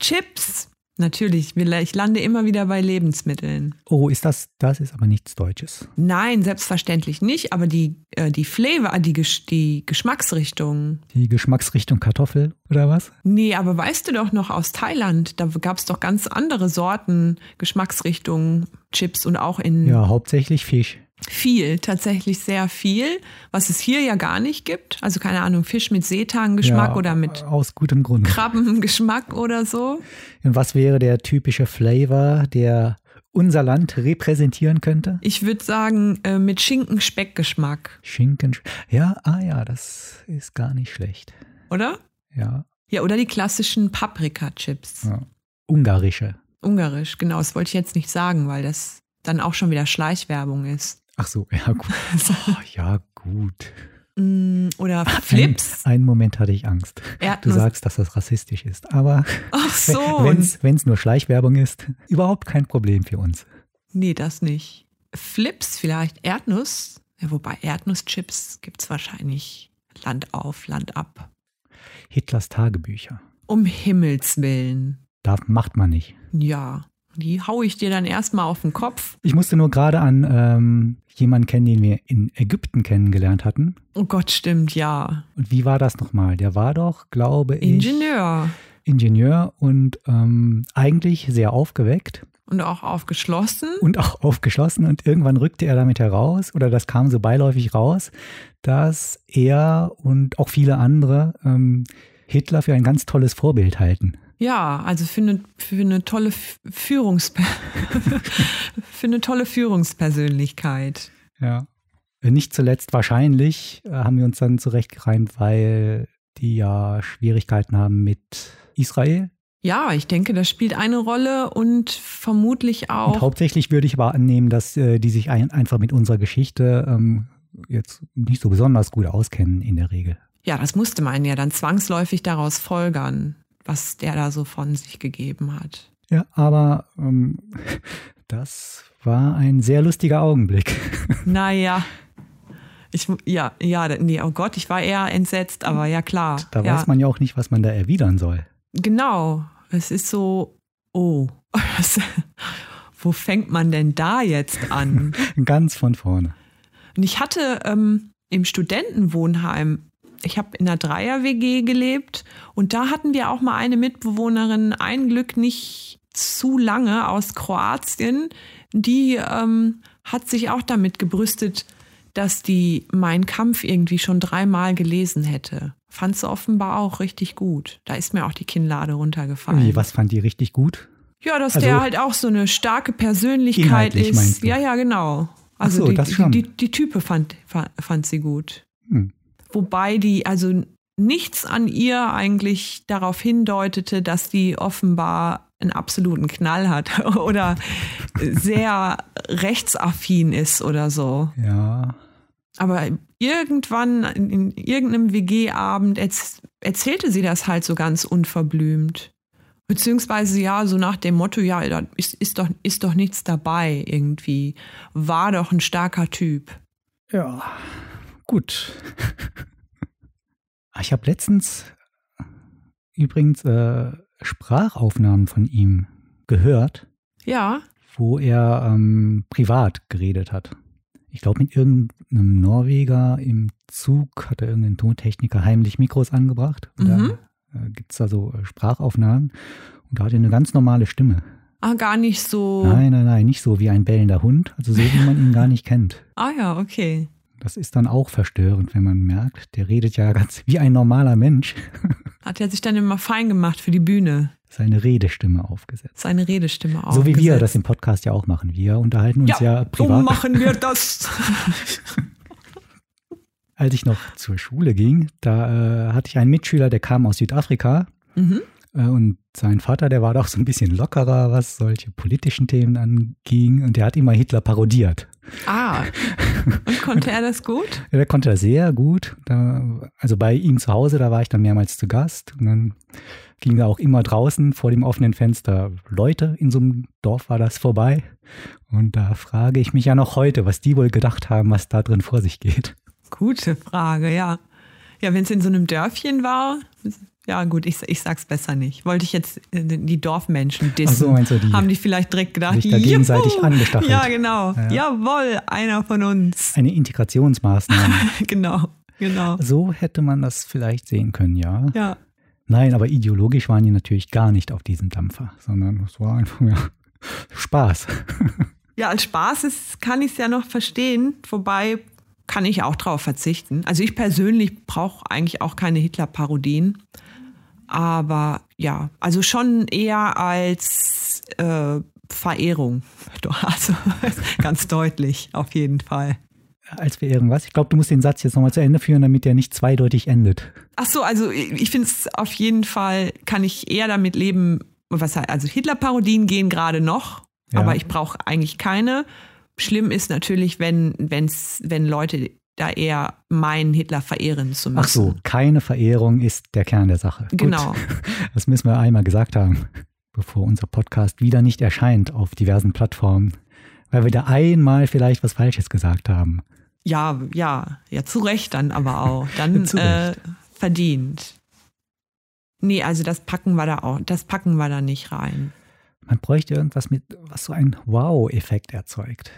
S2: Chips. Natürlich, wir- ich lande immer wieder bei Lebensmitteln.
S1: Oh, ist das, das ist aber nichts Deutsches.
S2: Nein, selbstverständlich nicht, aber die, äh, die Flavor, die, Gesch die Geschmacksrichtung.
S1: Die Geschmacksrichtung Kartoffel oder was?
S2: Nee, aber weißt du doch noch aus Thailand, da gab es doch ganz andere Sorten, Geschmacksrichtungen, Chips und auch in
S1: Ja, hauptsächlich Fisch.
S2: viel, tatsächlich sehr viel, was es hier ja gar nicht gibt. Also keine Ahnung, Fisch mit Seetangengeschmack
S1: ja,
S2: oder mit
S1: Aus gutem Grund.
S2: Krabbengeschmack oder so.
S1: Und was wäre der typische Flavor, der unser Land repräsentieren könnte?
S2: Ich würde sagen, äh, mit Schinken-Speck-Geschmack,
S1: Schinken. Ja, ah ja, das ist gar nicht schlecht.
S2: oder?
S1: Ja,
S2: Ja, oder die klassischen Paprika-Chips.
S1: ja. ungarische.
S2: Ungarisch, genau, das wollte ich jetzt nicht sagen, weil das dann auch schon wieder Schleichwerbung ist.
S1: Ach so, ja gut. Oh, ja gut.
S2: Mm, Oder Flips.
S1: Einen Moment hatte ich Angst. Du
S2: Erdnuss.
S1: sagst, dass das rassistisch ist, aber
S2: Ach so.
S1: wenn es nur Schleichwerbung ist, überhaupt kein Problem für uns.
S2: Nee, das nicht. Flips vielleicht. Erdnuss. Ja, wobei Erdnusschips gibt es wahrscheinlich Land auf, Land ab.
S1: Hitlers Tagebücher.
S2: Um Himmels Willen.
S1: Darf, macht man nicht.
S2: Ja. Die hau ich dir dann erstmal auf den Kopf.
S1: Ich musste nur gerade an ähm, jemanden kennen, den wir in Ägypten kennengelernt hatten.
S2: Oh Gott, stimmt, ja.
S1: Und wie war das nochmal? Der war doch, glaube ich,
S2: Ingenieur.
S1: Ingenieur und ähm, eigentlich sehr aufgeweckt
S2: Und auch aufgeschlossen.
S1: und auch aufgeschlossen. Und irgendwann rückte er damit heraus, oder das kam so beiläufig raus, dass er und auch viele andere ähm, Hitler für ein ganz tolles Vorbild halten.
S2: Ja, also für eine, für eine tolle F- Führungs für eine tolle Führungspersönlichkeit.
S1: Ja. Äh, Nicht zuletzt wahrscheinlich äh, haben wir uns dann zurechtgereimt, weil die ja Schwierigkeiten haben mit Israel.
S2: Ja, ich denke, das spielt eine Rolle und vermutlich auch
S1: Und hauptsächlich würde ich aber annehmen, dass äh, die sich ein, einfach mit unserer Geschichte ähm, jetzt nicht so besonders gut auskennen in der Regel.
S2: Ja, das musste man ja dann zwangsläufig daraus folgern, was der da so von sich gegeben hat.
S1: Ja, aber ähm, das war ein sehr lustiger Augenblick.
S2: Naja. Ich, ja, ja, nee, oh Gott, ich war eher entsetzt, aber ja klar.
S1: Da
S2: ja,
S1: weiß man ja auch nicht, was man da erwidern soll.
S2: Genau. Es ist so, oh. Wo fängt man denn da jetzt an?
S1: Ganz von vorne.
S2: Und ich hatte ähm, im Studentenwohnheim, ich habe in einer Dreier-WG gelebt und da hatten wir auch mal eine Mitbewohnerin, ein Glück nicht zu lange aus Kroatien, die ähm, hat sich auch damit gebrüstet, dass die Mein Kampf irgendwie schon dreimal gelesen hätte. Fand sie offenbar auch richtig gut. Da ist mir auch die Kinnlade runtergefallen.
S1: Wie, was fand die richtig gut?
S2: Ja, dass
S1: Also-
S2: der halt auch so eine starke Persönlichkeit
S1: Inhaltlich
S2: ist.
S1: meinst du?
S2: Ja, ja, genau.
S1: Ach
S2: Also
S1: so,
S2: die,
S1: das
S2: die-
S1: schon.
S2: die, die Type fand, fa- fand sie gut.
S1: Hm.
S2: Wobei die, also nichts an ihr eigentlich darauf hindeutete, dass die offenbar einen absoluten Knall hat oder sehr rechtsaffin ist oder so.
S1: Ja.
S2: Aber irgendwann in, in irgendeinem WG-Abend erz, erzählte sie das halt so ganz unverblümt. Beziehungsweise ja, so nach dem Motto, ja, da ist, ist, doch, ist doch nichts dabei irgendwie. War doch ein starker Typ.
S1: Ja, gut. Ich habe letztens übrigens äh, Sprachaufnahmen von ihm gehört,
S2: Ja,
S1: wo er ähm, privat geredet hat. Ich glaube, mit irgendeinem Norweger im Zug hat er irgendeinen Tontechniker heimlich Mikros angebracht. Und
S2: Mhm.
S1: Da äh, gibt es da so äh, Sprachaufnahmen und da hat er eine ganz normale Stimme.
S2: ah, gar nicht so.
S1: Nein, nein, nein, nicht so wie ein bellender Hund, also so wie man ihn gar nicht kennt.
S2: Ah ja, okay.
S1: Das ist dann auch verstörend, wenn man merkt, der redet ja ganz wie ein normaler Mensch
S2: Hat er sich dann immer fein gemacht für die Bühne,
S1: seine Redestimme aufgesetzt.
S2: seine Redestimme auch.
S1: So wie wir das im Podcast ja auch machen. Wir unterhalten uns ja,
S2: So
S1: privat.
S2: machen wir das.
S1: Als ich noch zur Schule ging, da äh, hatte ich einen Mitschüler, der kam aus Südafrika
S2: mhm.
S1: äh, und sein Vater, der war doch so ein bisschen lockerer, was solche politischen Themen anging und der hat immer Hitler parodiert.
S2: Ah, und konnte er das gut?
S1: Ja, der konnte das sehr gut. Da, also bei ihm zu Hause, da war ich dann mehrmals zu Gast. Und dann gingen da auch immer draußen vor dem offenen Fenster Leute in so einem Dorf war das vorbei. Und da frage ich mich ja noch heute, was die wohl gedacht haben, was da drin vor sich geht.
S2: Gute Frage, ja. Ja, wenn es in so einem Dörfchen war, ja gut, ich, ich sag's besser nicht. Wollte ich jetzt äh, die Dorfmenschen
S1: Ach
S2: dissen,
S1: so, meinst du die?
S2: haben die vielleicht direkt gedacht,
S1: sich da gegenseitig
S2: "Juhu!"
S1: angestachelt.
S2: Ja, genau.
S1: Ja.
S2: Jawohl, einer von uns.
S1: Eine Integrationsmaßnahme.
S2: genau, genau.
S1: so hätte man das vielleicht sehen können, ja.
S2: Ja,
S1: Nein, aber ideologisch waren die natürlich gar nicht auf diesem Dampfer, sondern es war einfach ja, Spaß.
S2: ja als Spaß ist, kann ich es ja noch verstehen, wobei kann ich auch drauf verzichten. Also ich persönlich brauche eigentlich auch keine Hitler-Parodien. Aber ja, also schon eher als äh, Verehrung. Doch, Also ganz deutlich, auf jeden Fall.
S1: Als wir irgendwas. Ich glaube, du musst den Satz jetzt nochmal zu Ende führen, damit der nicht zweideutig endet.
S2: Ach so, also ich finde es auf jeden Fall, kann ich eher damit leben, was halt, also Hitler-Parodien gehen gerade noch,
S1: Ja.
S2: aber ich brauche eigentlich keine. Schlimm ist natürlich, wenn, wenn's, wenn Leute da eher meinen, Hitler verehren zu müssen.
S1: Ach so, Also, keine Verehrung ist der Kern der Sache.
S2: Genau.
S1: Gut, das müssen wir einmal gesagt haben, bevor unser Podcast wieder nicht erscheint auf diversen Plattformen, weil wir da einmal vielleicht was Falsches gesagt haben.
S2: Ja, ja, ja, zu Recht dann aber auch. Dann
S1: Zu
S2: äh,
S1: Recht.
S2: verdient. Nee, also das packen wir da auch, das packen wir da nicht rein.
S1: Man bräuchte irgendwas mit, was so einen Wow-Effekt erzeugt.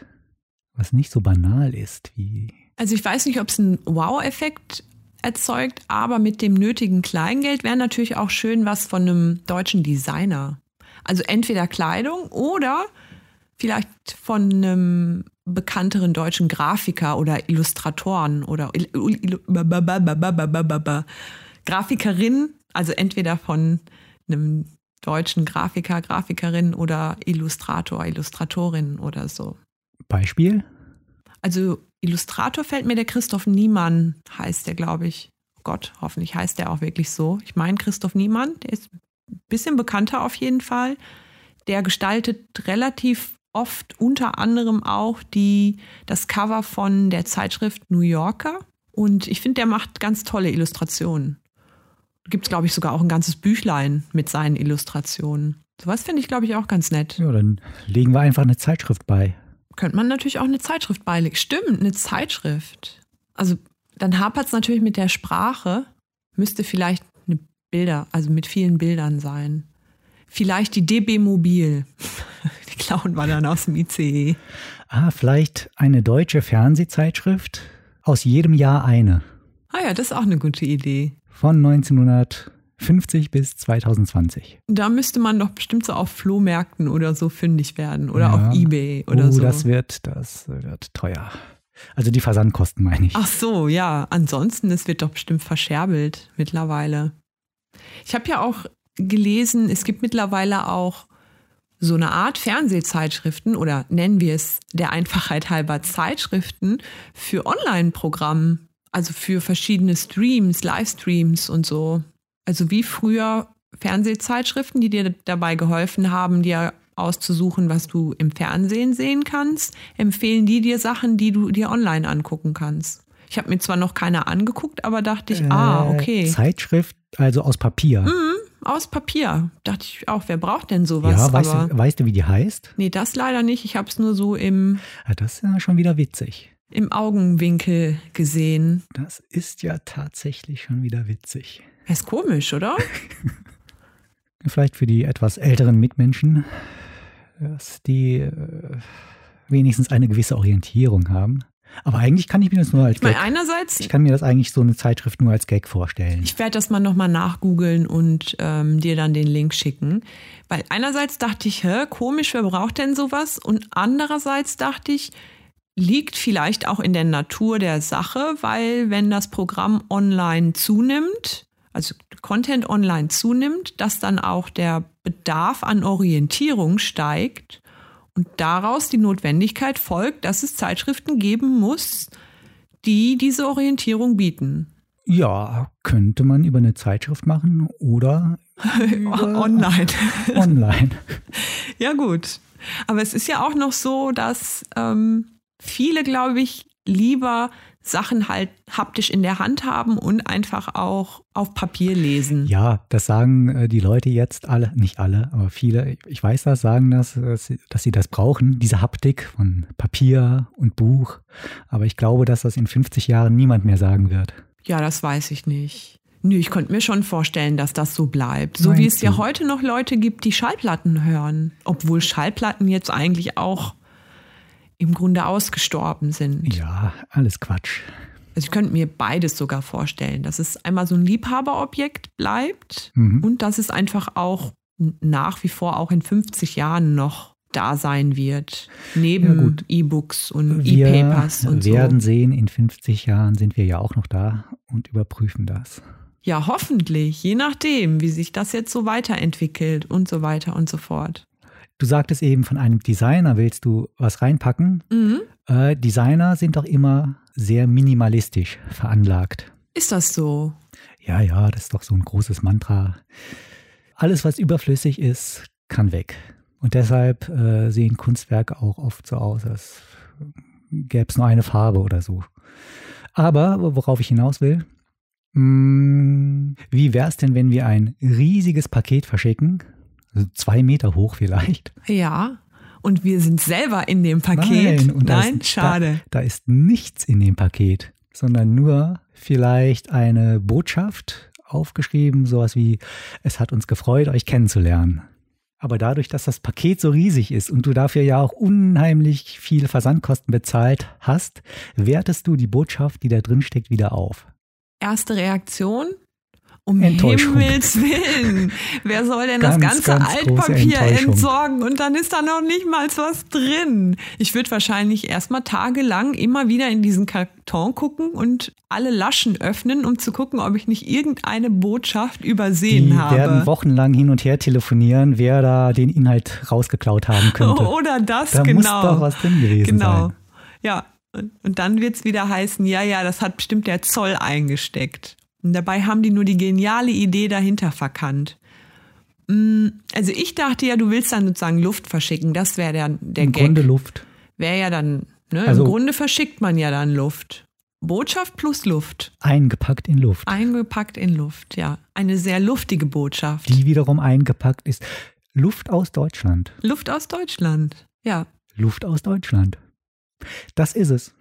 S1: Was nicht so banal ist wie.
S2: Also ich weiß nicht, ob es einen Wow-Effekt erzeugt, aber mit dem nötigen Kleingeld wäre natürlich auch schön was von einem deutschen Designer. Also entweder Kleidung oder vielleicht von einem bekannteren deutschen Grafiker oder Illustratoren oder Il- Il- Il- ba- ba- ba- ba- ba- ba- ba- ba- ba- Grafikerin, also entweder von einem deutschen Grafiker, Grafikerin oder Illustrator, Illustratorin oder so.
S1: Beispiel?
S2: Also Illustrator fällt mir der Christoph Niemann, heißt der, glaube ich. Gott, hoffentlich heißt der auch wirklich so. Ich meine Christoph Niemann, der ist ein bisschen bekannter auf jeden Fall. Der gestaltet relativ oft unter anderem auch die, das Cover von der Zeitschrift New Yorker. Und ich finde, der macht ganz tolle Illustrationen. Gibt es, glaube ich, sogar auch ein ganzes Büchlein mit seinen Illustrationen. Sowas finde ich, glaube ich, auch ganz nett.
S1: Ja, dann legen wir einfach eine Zeitschrift bei.
S2: Könnte man natürlich auch eine Zeitschrift beilegen. Stimmt, eine Zeitschrift. Also dann hapert es natürlich mit der Sprache. Müsste vielleicht eine Bilder, also mit vielen Bildern sein. Vielleicht die DB Mobil. Die klauen wir dann aus dem E. ICE.
S1: Ah, vielleicht eine deutsche Fernsehzeitschrift? Aus jedem Jahr eine.
S2: Ah ja, das ist auch eine gute Idee.
S1: Von 1950 bis 2020.
S2: Da müsste man doch bestimmt so auf Flohmärkten oder so fündig werden. Oder
S1: Ja.
S2: auf Ebay oder
S1: oh,
S2: so.
S1: das wird, das wird teuer. Also die Versandkosten meine ich.
S2: Ach so, ja. Ansonsten, es wird doch bestimmt verscherbelt mittlerweile. Ich habe ja auch gelesen, es gibt mittlerweile auch so eine Art Fernsehzeitschriften oder nennen wir es der Einfachheit halber Zeitschriften für Online-Programm, also für verschiedene Streams, Livestreams und so. Also wie früher Fernsehzeitschriften, die dir dabei geholfen haben, dir auszusuchen, was du im Fernsehen sehen kannst, empfehlen die dir Sachen, die du dir online angucken kannst. Ich habe mir zwar noch keine angeguckt, aber dachte ich,
S1: Äh,
S2: ah, okay.
S1: Zeitschrift, also aus Papier.
S2: Mhm, aus Papier. Dachte ich auch, wer braucht denn sowas?
S1: ja, weißt
S2: aber
S1: du, weißt du, wie die heißt?
S2: nee, das leider nicht. Ich habe es nur so im,
S1: Ah, Das ist ja schon wieder witzig.
S2: im Augenwinkel gesehen.
S1: Das ist ja tatsächlich schon wieder witzig.
S2: Ist komisch, oder?
S1: Vielleicht für die etwas älteren Mitmenschen, dass die äh, wenigstens eine gewisse Orientierung haben. Aber eigentlich kann ich mir das nur als
S2: Ich meine,
S1: Gag,
S2: einerseits,
S1: ich kann mir das eigentlich so eine Zeitschrift nur als Gag vorstellen.
S2: ich werde das mal nochmal nachgoogeln und ähm, dir dann den Link schicken. Weil einerseits dachte ich, hä, komisch, wer braucht denn sowas? Und andererseits dachte ich, liegt vielleicht auch in der Natur der Sache, weil wenn das Programm online zunimmt, also Content online zunimmt, dass dann auch der Bedarf an Orientierung steigt und daraus die Notwendigkeit folgt, dass es Zeitschriften geben muss, die diese Orientierung bieten.
S1: Ja, könnte man über eine Zeitschrift machen oder über
S2: Online.
S1: online.
S2: Ja, gut. Aber es ist ja auch noch so, dass ähm, viele, glaube ich, lieber Sachen halt haptisch in der Hand haben und einfach auch auf Papier lesen.
S1: Ja, das sagen äh, die Leute jetzt alle, nicht alle, aber viele, ich- ich weiß das, sagen das, dass sie, dass sie das brauchen, diese Haptik von Papier und Buch. Aber ich glaube, dass das in 50 Jahren niemand mehr sagen wird.
S2: Ja, das weiß ich nicht. Nö, ich konnte mir schon vorstellen, dass das so bleibt. So wie
S1: Meinst
S2: es ja
S1: du?
S2: heute noch Leute gibt, die Schallplatten hören. Obwohl Schallplatten jetzt eigentlich auch im Grunde ausgestorben sind.
S1: Ja, alles Quatsch.
S2: Also ich könnte mir beides sogar vorstellen, dass es einmal so ein Liebhaberobjekt bleibt
S1: Mhm.
S2: und dass es einfach auch n- nach wie vor auch in 50 Jahren noch da sein wird.
S1: Ja,
S2: Neben
S1: gut.
S2: E-Books und
S1: Wir
S2: E-Papers und
S1: werden
S2: so.
S1: sehen, in 50 Jahren sind wir ja auch noch da und überprüfen das.
S2: Ja, hoffentlich, je nachdem, wie sich das jetzt so weiterentwickelt und so weiter und so fort.
S1: Du sagtest eben, von einem Designer willst du was reinpacken.
S2: Mhm.
S1: Äh, Designer sind doch immer sehr minimalistisch veranlagt.
S2: Ist das so?
S1: Ja, ja, das ist doch so ein großes Mantra. Alles, was überflüssig ist, kann weg. Und deshalb äh, sehen Kunstwerke auch oft so aus, als gäbe es nur eine Farbe oder so. Aber worauf ich hinaus will, mh, wie wäre es denn, wenn wir ein riesiges Paket verschicken? Also zwei Meter hoch vielleicht.
S2: Ja. Und wir sind selber in dem Paket.
S1: Nein, und da
S2: Nein
S1: ist-
S2: schade.
S1: Da ist nichts in dem Paket, sondern nur vielleicht eine Botschaft aufgeschrieben, sowas wie, es hat uns gefreut, euch kennenzulernen. Aber dadurch, dass das Paket so riesig ist und du dafür ja auch unheimlich viel Versandkosten bezahlt hast, wertest du die Botschaft, die da drin steckt, wieder auf.
S2: erste Reaktion? Um
S1: Enttäuschung.
S2: Himmels Willen. Wer soll denn
S1: Ganz,
S2: das ganze
S1: ganz große
S2: Altpapier
S1: Enttäuschung.
S2: entsorgen? Und dann ist da noch nicht mal was drin. Ich würde wahrscheinlich erstmal tagelang immer wieder in diesen Karton gucken und alle Laschen öffnen, um zu gucken, ob ich nicht irgendeine Botschaft übersehen
S1: die
S2: habe.
S1: werden wochenlang hin und her telefonieren, wer da den Inhalt rausgeklaut haben könnte.
S2: Oder das,
S1: da
S2: genau.
S1: muss doch was drin gewesen
S2: genau.
S1: sein.
S2: Ja. Und und dann wird es wieder heißen, ja, ja, das hat bestimmt der Zoll eingesteckt. Und dabei haben die nur die geniale Idee dahinter verkannt. Mm, Also ich dachte ja, du willst dann sozusagen Luft verschicken. Das wäre der, der
S1: Im
S2: Gag.
S1: Grunde Luft.
S2: Wäre ja dann, ne?
S1: Also-
S2: Im Grunde verschickt man ja dann Luft. Botschaft plus Luft.
S1: Eingepackt in Luft.
S2: Eingepackt in Luft, ja. Eine sehr luftige Botschaft.
S1: die wiederum eingepackt ist. Luft aus Deutschland.
S2: Luft aus Deutschland. Ja.
S1: Luft aus Deutschland. Das ist es.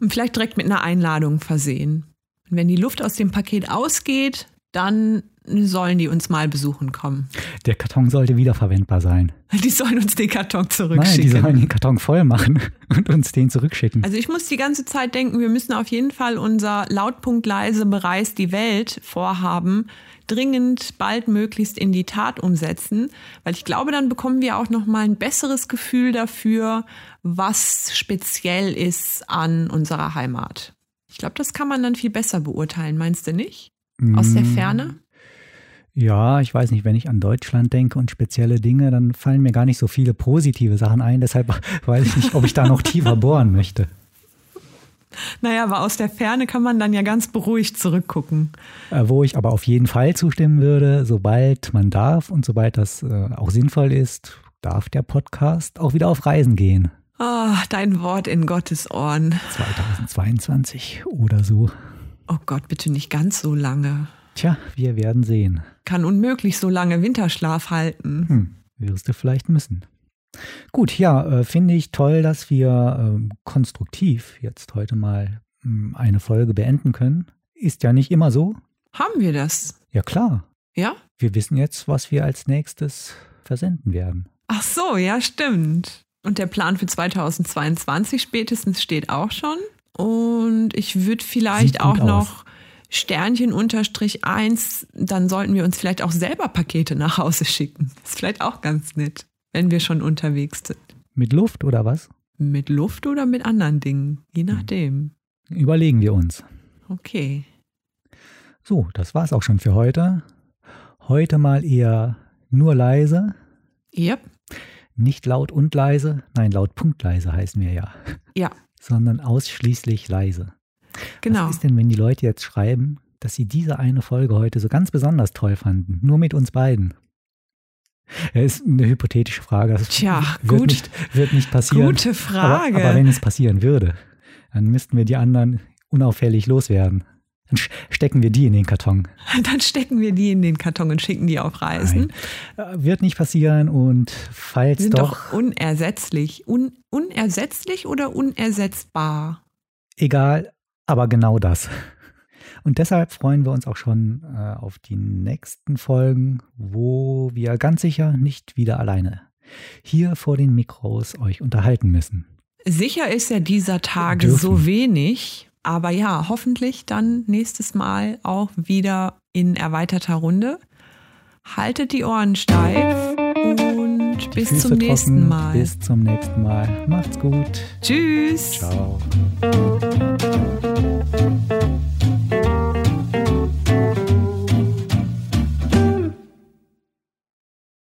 S2: Und vielleicht direkt mit einer Einladung versehen. Und wenn die Luft aus dem Paket ausgeht, dann sollen die uns mal besuchen kommen.
S1: Der Karton sollte wiederverwendbar sein.
S2: Die sollen uns den Karton
S1: Nein, die
S2: zurückschicken.
S1: sollen den Karton voll machen und uns den zurückschicken.
S2: also ich muss die ganze Zeit denken, wir müssen auf jeden Fall unser Lautpunkt leise bereist die Welt Vorhaben dringend bald möglichst in die Tat umsetzen, weil ich glaube, dann bekommen wir auch noch mal ein besseres Gefühl dafür, was speziell ist an unserer Heimat. Ich glaube, das kann man dann viel besser beurteilen, meinst du nicht? Aus der
S1: Mm,
S2: Ferne?
S1: Ja, ich weiß nicht, wenn ich an Deutschland denke und spezielle Dinge, dann fallen mir gar nicht so viele positive Sachen ein. Deshalb weiß ich nicht, ob ich da noch tiefer bohren möchte.
S2: Naja, aber aus der Ferne kann man dann ja ganz beruhigt zurückgucken.
S1: Äh, wo ich aber auf jeden Fall zustimmen würde, sobald man darf und sobald das äh, auch sinnvoll ist, darf der Podcast auch wieder auf Reisen gehen.
S2: Ah, dein Wort in Gottes Ohren.
S1: 2022 oder so.
S2: Oh Gott, bitte nicht ganz so lange.
S1: Tja, wir werden sehen.
S2: Kann unmöglich so lange Winterschlaf halten.
S1: Hm, wirst du vielleicht müssen. Gut, ja, äh, finde ich toll, dass wir äh, konstruktiv jetzt heute mal mh, eine Folge beenden können. Ist ja nicht immer so.
S2: Haben wir das?
S1: Ja, klar.
S2: Ja?
S1: Wir wissen jetzt, was wir als nächstes versenden werden.
S2: Ach so, ja, stimmt. Und der Plan für 2022 spätestens steht auch schon. Und ich würde vielleicht
S1: Sieht
S2: auch
S1: gut aus.
S2: noch Sternchen unterstrich 1, dann sollten wir uns vielleicht auch selber Pakete nach Hause schicken. Ist vielleicht auch ganz nett, wenn wir schon unterwegs sind.
S1: Mit Luft oder was?
S2: Mit Luft oder mit anderen Dingen, je nachdem.
S1: Überlegen wir uns.
S2: Okay.
S1: So, das war's auch schon für heute. Heute mal eher nur leise,
S2: Yep.
S1: nicht laut und leise, nein, laut punktleise heißen wir ja,
S2: Ja,
S1: sondern ausschließlich leise.
S2: genau.
S1: Was ist denn, wenn die Leute jetzt schreiben, dass sie diese eine Folge heute so ganz besonders toll fanden, nur mit uns beiden? Ja, ist eine hypothetische Frage. Das
S2: Tja,
S1: wird
S2: gut.
S1: Nicht, wird nicht passieren.
S2: Gute Frage.
S1: Aber, aber wenn es passieren würde, dann müssten wir die anderen unauffällig loswerden. Dann sch- stecken wir die in den Karton.
S2: Dann stecken wir die in den Karton und schicken die auf Reisen.
S1: Äh, Wird nicht passieren und falls
S2: Die sind
S1: doch,
S2: doch, unersetzlich. Un unersetzlich oder unersetzbar?
S1: egal, aber genau das. Und deshalb freuen wir uns auch schon äh, auf die nächsten Folgen, wo wir ganz sicher nicht wieder alleine hier vor den Mikros euch unterhalten müssen.
S2: Sicher ist ja dieser Tage
S1: Dürfen.
S2: so wenig, aber ja, hoffentlich dann nächstes Mal auch wieder in erweiterter Runde. Haltet die Ohren steif und bis
S1: Füße
S2: zum nächsten
S1: trocken,
S2: Mal.
S1: Bis zum nächsten Mal. Macht's gut.
S2: Tschüss.
S1: Ciao.